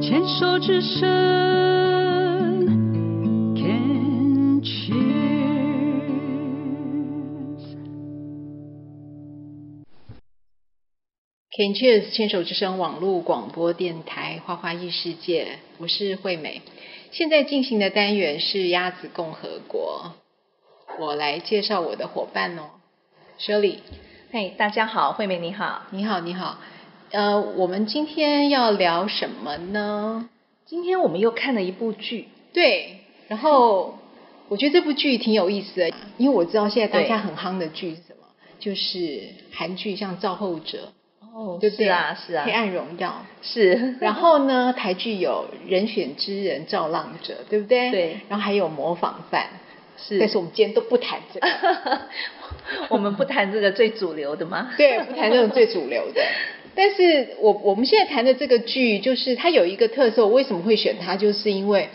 牵手之声，Can cheers。 Can Cheers 牵手之声网络广播电台《花花异世界》，我是惠美。现在进行的单元是鸭子共和国，我来介绍我的伙伴哦，Shirley。嘿大家好，惠美你好。你好，你好。呃，我们今天要聊什么呢？今天我们又看了一部剧，对，然后我觉得这部剧挺有意思的，因为我知道现在当对下很夯的剧是什么，就是韩剧，像《造后者哦》，对不对？是啊，是啊黑，暗荣耀》。 是。然后呢，台剧有《人选之人》《造浪者》，对不对？对。然后还有《模仿犯》，但是是，我们今天都不谈 这个，我们不谈这个最主流的吗？对，不谈这种最主流的。 但是我我们现在谈的这个剧，就是它有一个特色，我为什么会选它，就是因为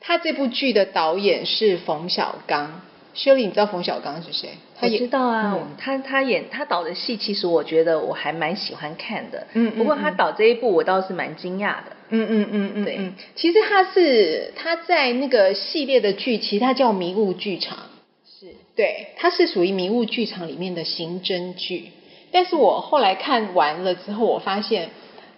它这部剧的导演是冯小刚。修丽，你知道冯小刚是谁？他我也知道啊，嗯他他演他导的戏，其实我觉得我还蛮喜欢看的。嗯嗯不过他嗯导这一部，我倒是蛮惊讶的。嗯嗯嗯嗯，对嗯。其实他是他在那个系列的剧，其实它叫迷雾剧场。是，对，它是属于迷雾剧场里面的刑侦剧。但是我后来看完了之后，我发现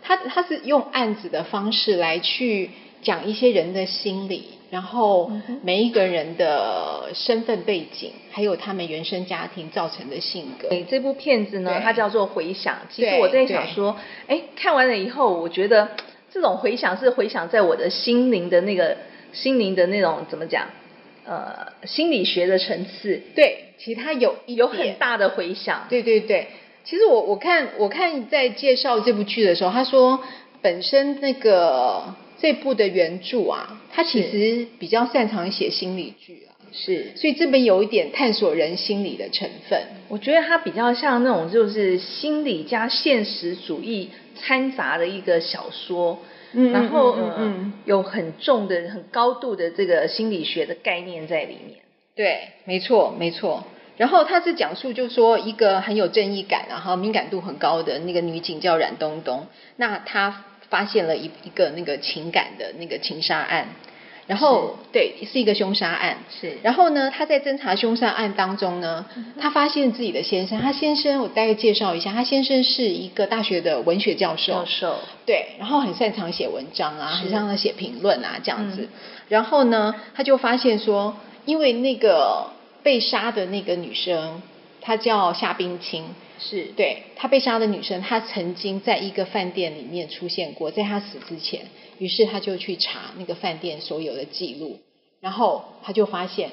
它它是用案子的方式来去讲一些人的心理，然后嗯哼每一个人的身份背景，还有他们原生家庭造成的性格。对这部片子呢对，它叫做《回响》。其实对我在想对说，哎，看完了以后，我觉得这种回响是回响在我的心灵的那个心灵的那种怎么讲？呃，心理学的层次对，其实它有一有点很大的回响。对对对，其实我我看我看在介绍这部剧的时候，他说本身那个这部的原著啊，他其实比较擅长写心理剧啊，是，所以这边有一点探索人心理的成分。我觉得它比较像那种就是心理加现实主义掺杂的一个小说。嗯然后嗯嗯嗯嗯呃，有很重的、很高度的这个心理学的概念在里面。对，没错，没错。然后他是讲述，就说一个很有正义感，然后敏感度很高的那个女警叫冉东东，那她发现了一一个那个情感的那个情杀案，然后对是一个凶杀案，是然后呢，他在侦查凶杀案当中呢，嗯他发现自己的先生，他先生我大概介绍一下，他先生是一个大学的文学教授，教授对，然后很擅长写文章啊，是很擅长写评论啊这样子。嗯然后呢，他就发现说，因为那个被杀的那个女生，她叫夏冰清，是对。对她被杀的女生，她曾经在一个饭店里面出现过，在她死之前，于是他就去查那个饭店所有的记录，然后他就发现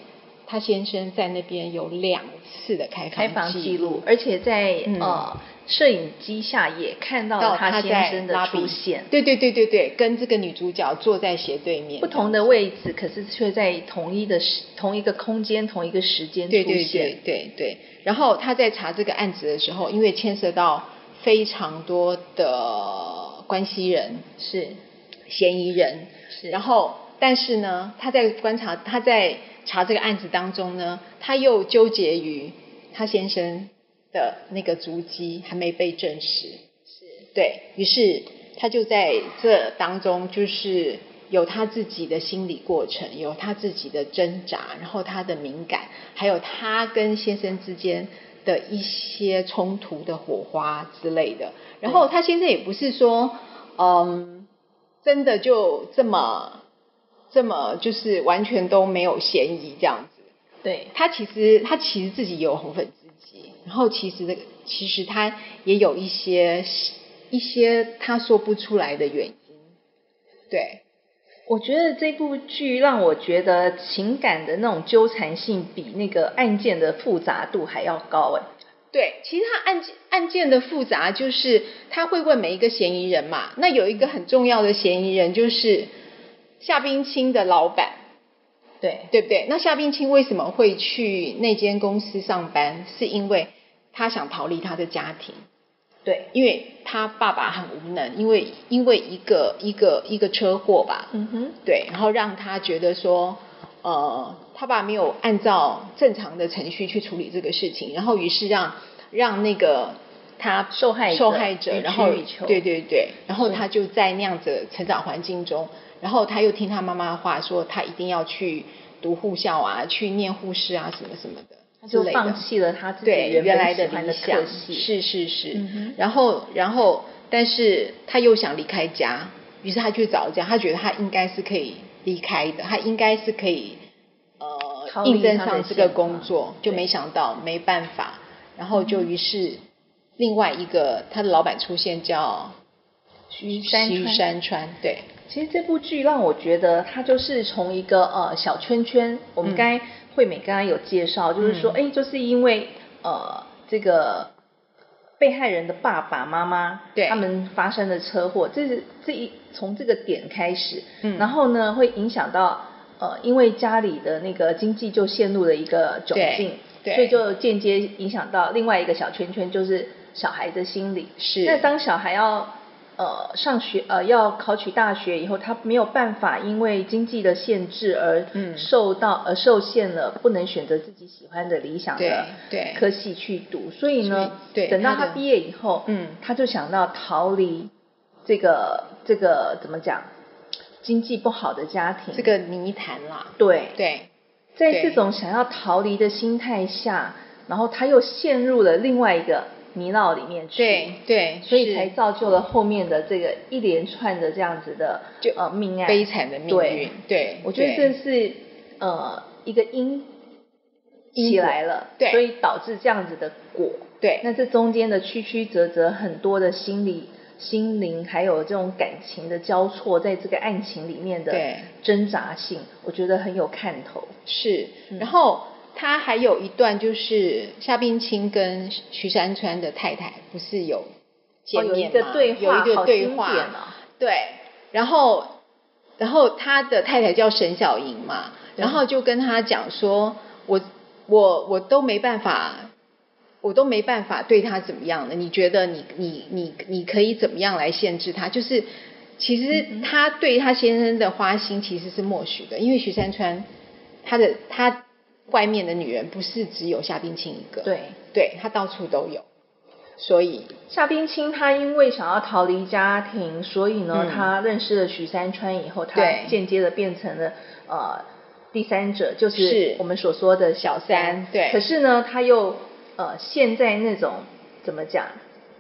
他先生在那边有两次的开开房房记记录，而且在、嗯呃摄影机下也看到到了他先在生的拉比出现，对对对对对，跟这个女主角坐在斜对面，不同的位置，可是却在同一的时同一个空间、同一个时间出对现。对对对对。然后他在查这个案子的时候，因为牵涉到非常多的关系人、是嫌疑人，是，然后但是呢，他在观察他在查这个案子当中呢，他又纠结于他先生的那个足迹还没被证实，是对于是，他就在这当中，就是有他自己的心理过程，有他自己的挣扎，然后他的敏感，还有他跟先生之间的一些冲突的火花之类的。然后他先生也不是说，嗯，真的就这么这么就是完全都没有嫌疑这样子。对他其实他其实自己也有红粉知己，然后其实这个其实他也有一些一些他说不出来的原因，对，我觉得这部剧让我觉得情感的那种纠缠性比那个案件的复杂度还要高哎。对，其实他案件案件的复杂就是他会问每一个嫌疑人嘛，那有一个很重要的嫌疑人就是夏冰清的老板，对对不对？那夏冰清为什么会去那间公司上班？是因为他想逃离他的家庭。对，因为他爸爸很无能，因为因为一个一个一个车祸吧，嗯哼，对，然后让他觉得说，呃，他爸没有按照正常的程序去处理这个事情，然后于是让让那个他受害者受害者予取，然后予求对对对，然后是他就在那样子的成长环境中，然后他又听他妈妈的话，说他一定要去读护校啊，去念护士啊，什么什么的，他就之类的放弃了他自己对原本原来喜欢理的想科，系是是是。嗯哼然后然后，但是他又想离开家，于是他去找一家，他觉得他应该是可以离开的，他应该是可以逃呃离应征他的上这现个况工作，就对嗯没想到没办法，然后就于是另外一个他的老板出现叫徐山徐川山川，对，其实这部剧让我觉得，它就是从一个呃小圈圈，我们嗯刚才惠美刚刚有介绍，就是说，哎、就是因为呃这个被害人的爸爸妈妈，对他们发生了车祸，这是这一从这个点开始，嗯然后呢会影响到呃，因为家里的那个经济就陷入了一个窘境，对对所以就间接影响到另外一个小圈圈，就是小孩的心理。是那当小孩要呃上学呃要考取大学以后，他没有办法因为经济的限制而嗯受到、而受限了，不能选择自己喜欢的理想的对对科系去读，所以呢，所以对等到他他的毕业以后，嗯他就想到逃离这个这个怎么讲，经济不好的家庭，这个泥潭啦，对对在对这种想要逃离的心态下，然后他又陷入了另外一个泥淖里面去，对对，所以是才造就了后面的这个一连串的这样子的就呃命案悲惨的命对运，对，我觉得对这是呃一个因因起果来了，对所以导致这样子的果。对那这中间的曲曲折折，很多的心理、心灵还有这种感情的交错，在这个案情里面的对挣扎性，我觉得很有看头。是，嗯然后他还有一段就是夏冰清跟徐山川的太太不是有见哦、有一面吗？个对话，有一好个对经话，典哦对，然后然后他的太太叫沈小莹嘛，对然后就跟他讲说，我我我都没办法。我都没办法对他怎么样的，你觉得你你你你可以怎么样来限制他？就是其嗯实他对他先生的花心其实是默许的，因为徐山川他的他外面的女人不是只有夏冰清一个，对，对他到处都有，所以夏冰清他因为想要逃离家庭，所以呢，嗯他认识了许三川以后，他对间接的变成了呃第三者，就是是我们所说的小三对可是呢，他又呃陷在那种怎么讲，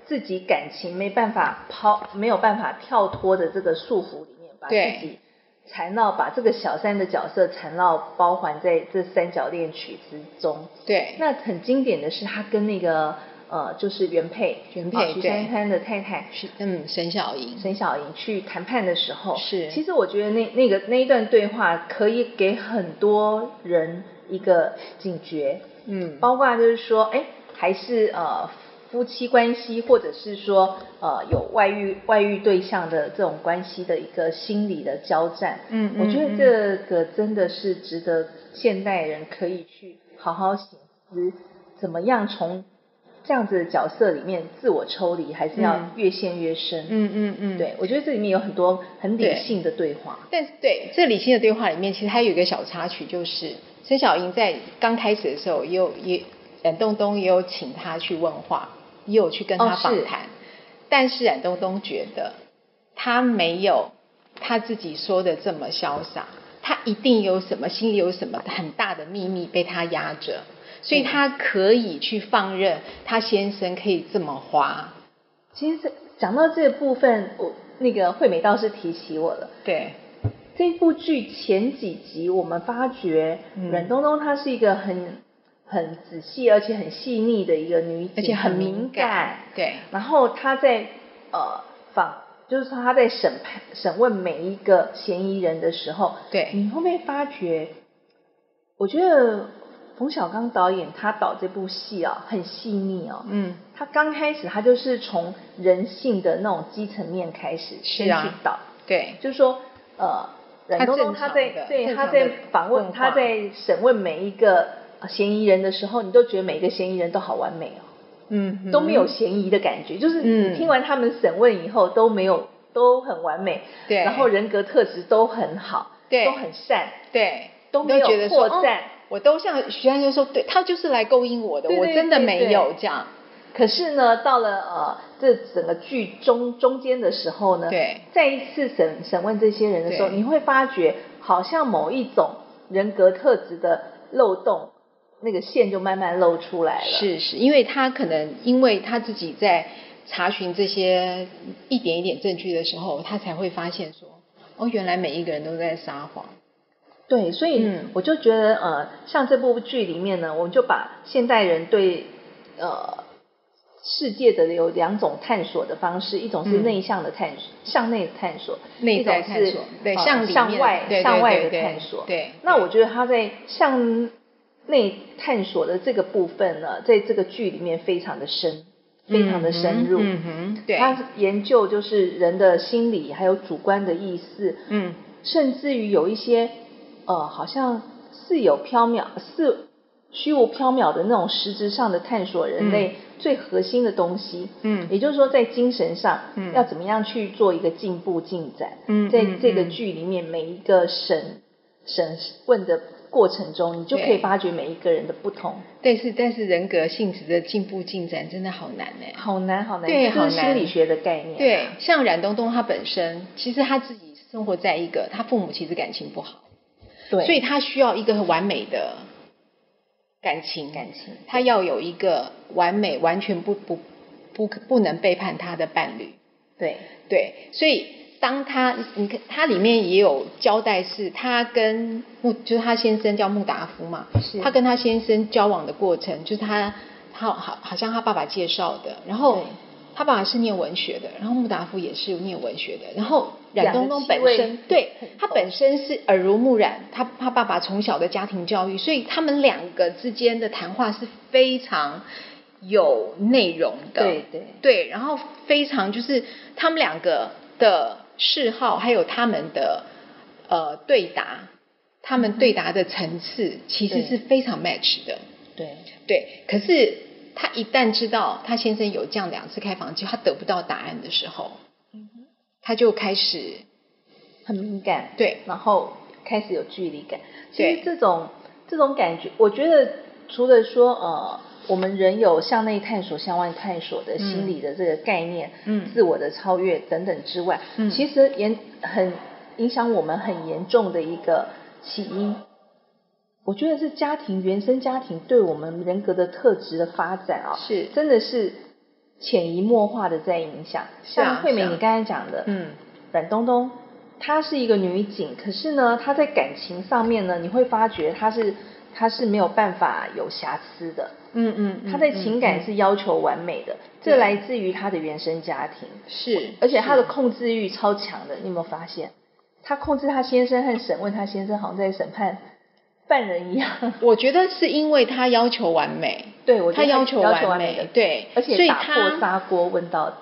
自己感情没办法抛，没有办法跳脱的这个束缚里面，把自对己缠绕，把这个小三的角色缠绕包环在这三角恋曲之中。对那很经典的是他跟那个呃，就是原配原配啊徐对三川的太太嗯沈小莹沈小莹去谈判的时候，是其实我觉得那那个那一段对话可以给很多人一个警觉，嗯包括就是说，哎，还是呃夫妻关系，或者是说呃有外遇外遇对象的这种关系的一个心理的交战。嗯嗯我觉得这个真的是值得现代人可以去好好醒思，怎么样从这样子的角色里面自我抽离，还是要嗯越陷越深。嗯嗯嗯对，我觉得这里面有很多很理对性的对话。但是对这理性的对话里面，其实还有一个小插曲，就是孙小英在刚开始的时候也有也冉东东也有请他去问话，也有去跟哦他访是谈，但是冉东东觉得他没有他自己说的这么潇洒，他一定有什么心里有什么很大的秘密被他压着，所以嗯他可以去放任他先生可以这么花，其实这讲到这部分，我那个惠美倒是提起我了。对这部剧前几集，我们发觉嗯阮东东她是一个很很仔细而且很细腻的一个女子，而且很很敏感对然后她在呃访，就是说她在审判审问每一个嫌疑人的时候，对你会不会发觉？我觉得冯小刚导演他导这部戏啊，很细腻哦。嗯他刚开始他就是从人性的那种基层面开始先是啊去导。对就是说，呃，冉他东东正他常在的对正他常在的访问问他话在审问每一个呃嫌疑人的时候，你都觉得每一个嫌疑人都好完美哦，嗯都没有嫌疑的感觉，就是你嗯听完他们审问以后都没有都很完美，对然后人格特质都很好，对都很善，对，都你没有觉得说破绽哦我都像徐安就说，对他就是来勾引我的，对对我真的对没对有这样。可是呢，到了呃这整个剧中中间的时候呢，对，再一次审审问这些人的时候，对你会发觉好像某一种人格特质的漏洞，那个线就慢慢露出来了。，是是，因为他可能因为他自己在查询这些一点一点证据的时候，他才会发现说，哦，原来每一个人都在撒谎。对，所以嗯我就觉得呃，像这部剧里面呢，我们就把现代人对呃世界的有两种探索的方式，一种是嗯内向的探索，向内探索，内一种在探是索对呃向向里面外对对向外对的对探索。对那我觉得他在向内探索的这个部分呢，在这个剧里面非常的深，非常的深入。嗯哼，对，他研究就是人的心理，还有主观的意识，嗯，甚至于有一些呃，好像似有缥缈、似虚无缥缈的那种实质上的探索人类最核心的东西。嗯也就是说，在精神上，嗯要怎么样去做一个进步进展？嗯在嗯这个嗯剧里面，每一个审审问的过程中，你就可以对发掘每一个人的不同。但是但是人格性质的进步进展真的好难哎、好难，好难，对这就是好难心理学的概念。对，像冉东东他本身，其实他自己生活在一个他父母其实感情不好，对，所以他需要一个完美的感情，感情他要有一个完美、完全不不不不能背叛他的伴侣。对对，所以当他你看他里面也有交代是，他跟穆就是他先生叫穆达夫嘛是，他跟他先生交往的过程，就是他他好好像他爸爸介绍的，然后对。他爸爸是念文学的，然后穆达夫也是念文学的，然后冉两个东东气本味身很对很他合本身是耳濡目染，他他爸爸从小的家庭教育，所以他们两个之间的谈话是非常有内容的。对对对，然后非常就是他们两个的嗜好，还有他们的呃对答，他们对答的层次其实对是非常 match 的。对，对，可是他一旦知道他先生有这样两次开房机，他得不到答案的时候，他就开始嗯很敏感，对然后开始有距离感。其实对这种这种感觉，我觉得除了说呃，我们人有向内探索、向外探索的心理的这个概念，嗯自我的超越等等之外，嗯其实严很影响我们很严重的一个起因。我觉得是家庭原生家庭对我们人格的特质的发展啊、是真的是潜移默化的在影响。是啊像惠美是啊你刚才讲的，嗯阮东东，她是一个女警，可是呢，她在感情上面呢，你会发觉她是她是没有办法有瑕疵的，嗯嗯嗯她在情感是要求完美的，这来自于她的原生家庭，是，而且她是的控制欲超强的，你有没有发现？她控制她先生和审问她先生，好像在审判犯人一样。 我觉得是因为他要求完美，对，我觉他得她要求要求完美的，对，而且所以打他破砂锅问到底。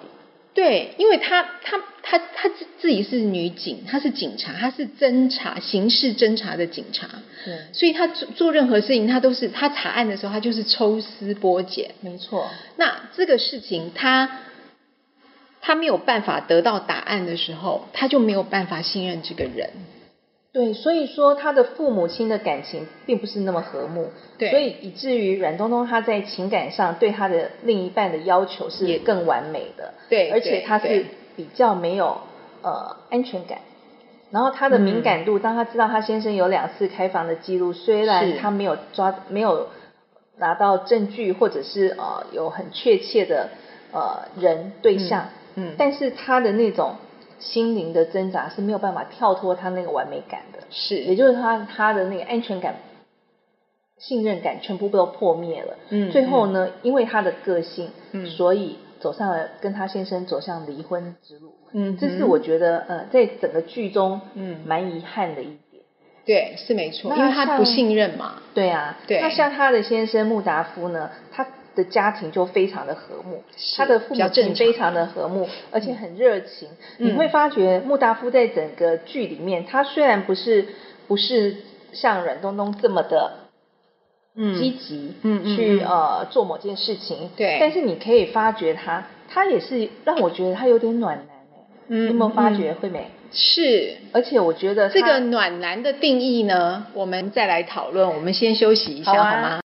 对，因为她她她她自自己是女警，她是警察，她是侦查刑事侦查的警察，对所以她做做任何事情，她都是她查案的时候，她就是抽丝剥茧。没错，那这个事情，她她没有办法得到答案的时候，她就没有办法信任这个人。对，所以说他的父母亲的感情并不是那么和睦，对所以以至于阮东东他在情感上对他的另一半的要求是也更完美的，对而且对他是对比较没有呃安全感。然后他的嗯敏感度，当他知道他先生有两次开房的记录，虽然是他没有抓没有拿到证据，或者是呃有很确切的呃人对象，嗯嗯但是他的那种心灵的挣扎是没有办法跳脱他那个完美感的，也是，就是他他的那个安全感、信任感全部都破灭了。嗯最后呢，因为他的个性，嗯所以走上了跟他先生走向离婚之路。嗯哼这是我觉得呃，在整个剧中，嗯蛮遗憾的一点。对，是没错，那因为她不像信任嘛。对啊，对那像他的先生穆达夫呢，他的家庭就非常的和睦，是他的父比较母亲正常非常的和睦，而且很热情。嗯你会发觉穆达夫在整个剧里面，他虽然不是不是像阮东东这么的嗯积极，嗯嗯去嗯呃做某件事情，对但是你可以发觉他，他也是让我觉得他有点暖男哎，嗯你有没有发嗯觉惠美？是，而且我觉得他这个暖男的定义呢，我们再来讨论。我们先休息一下，好啊好吗？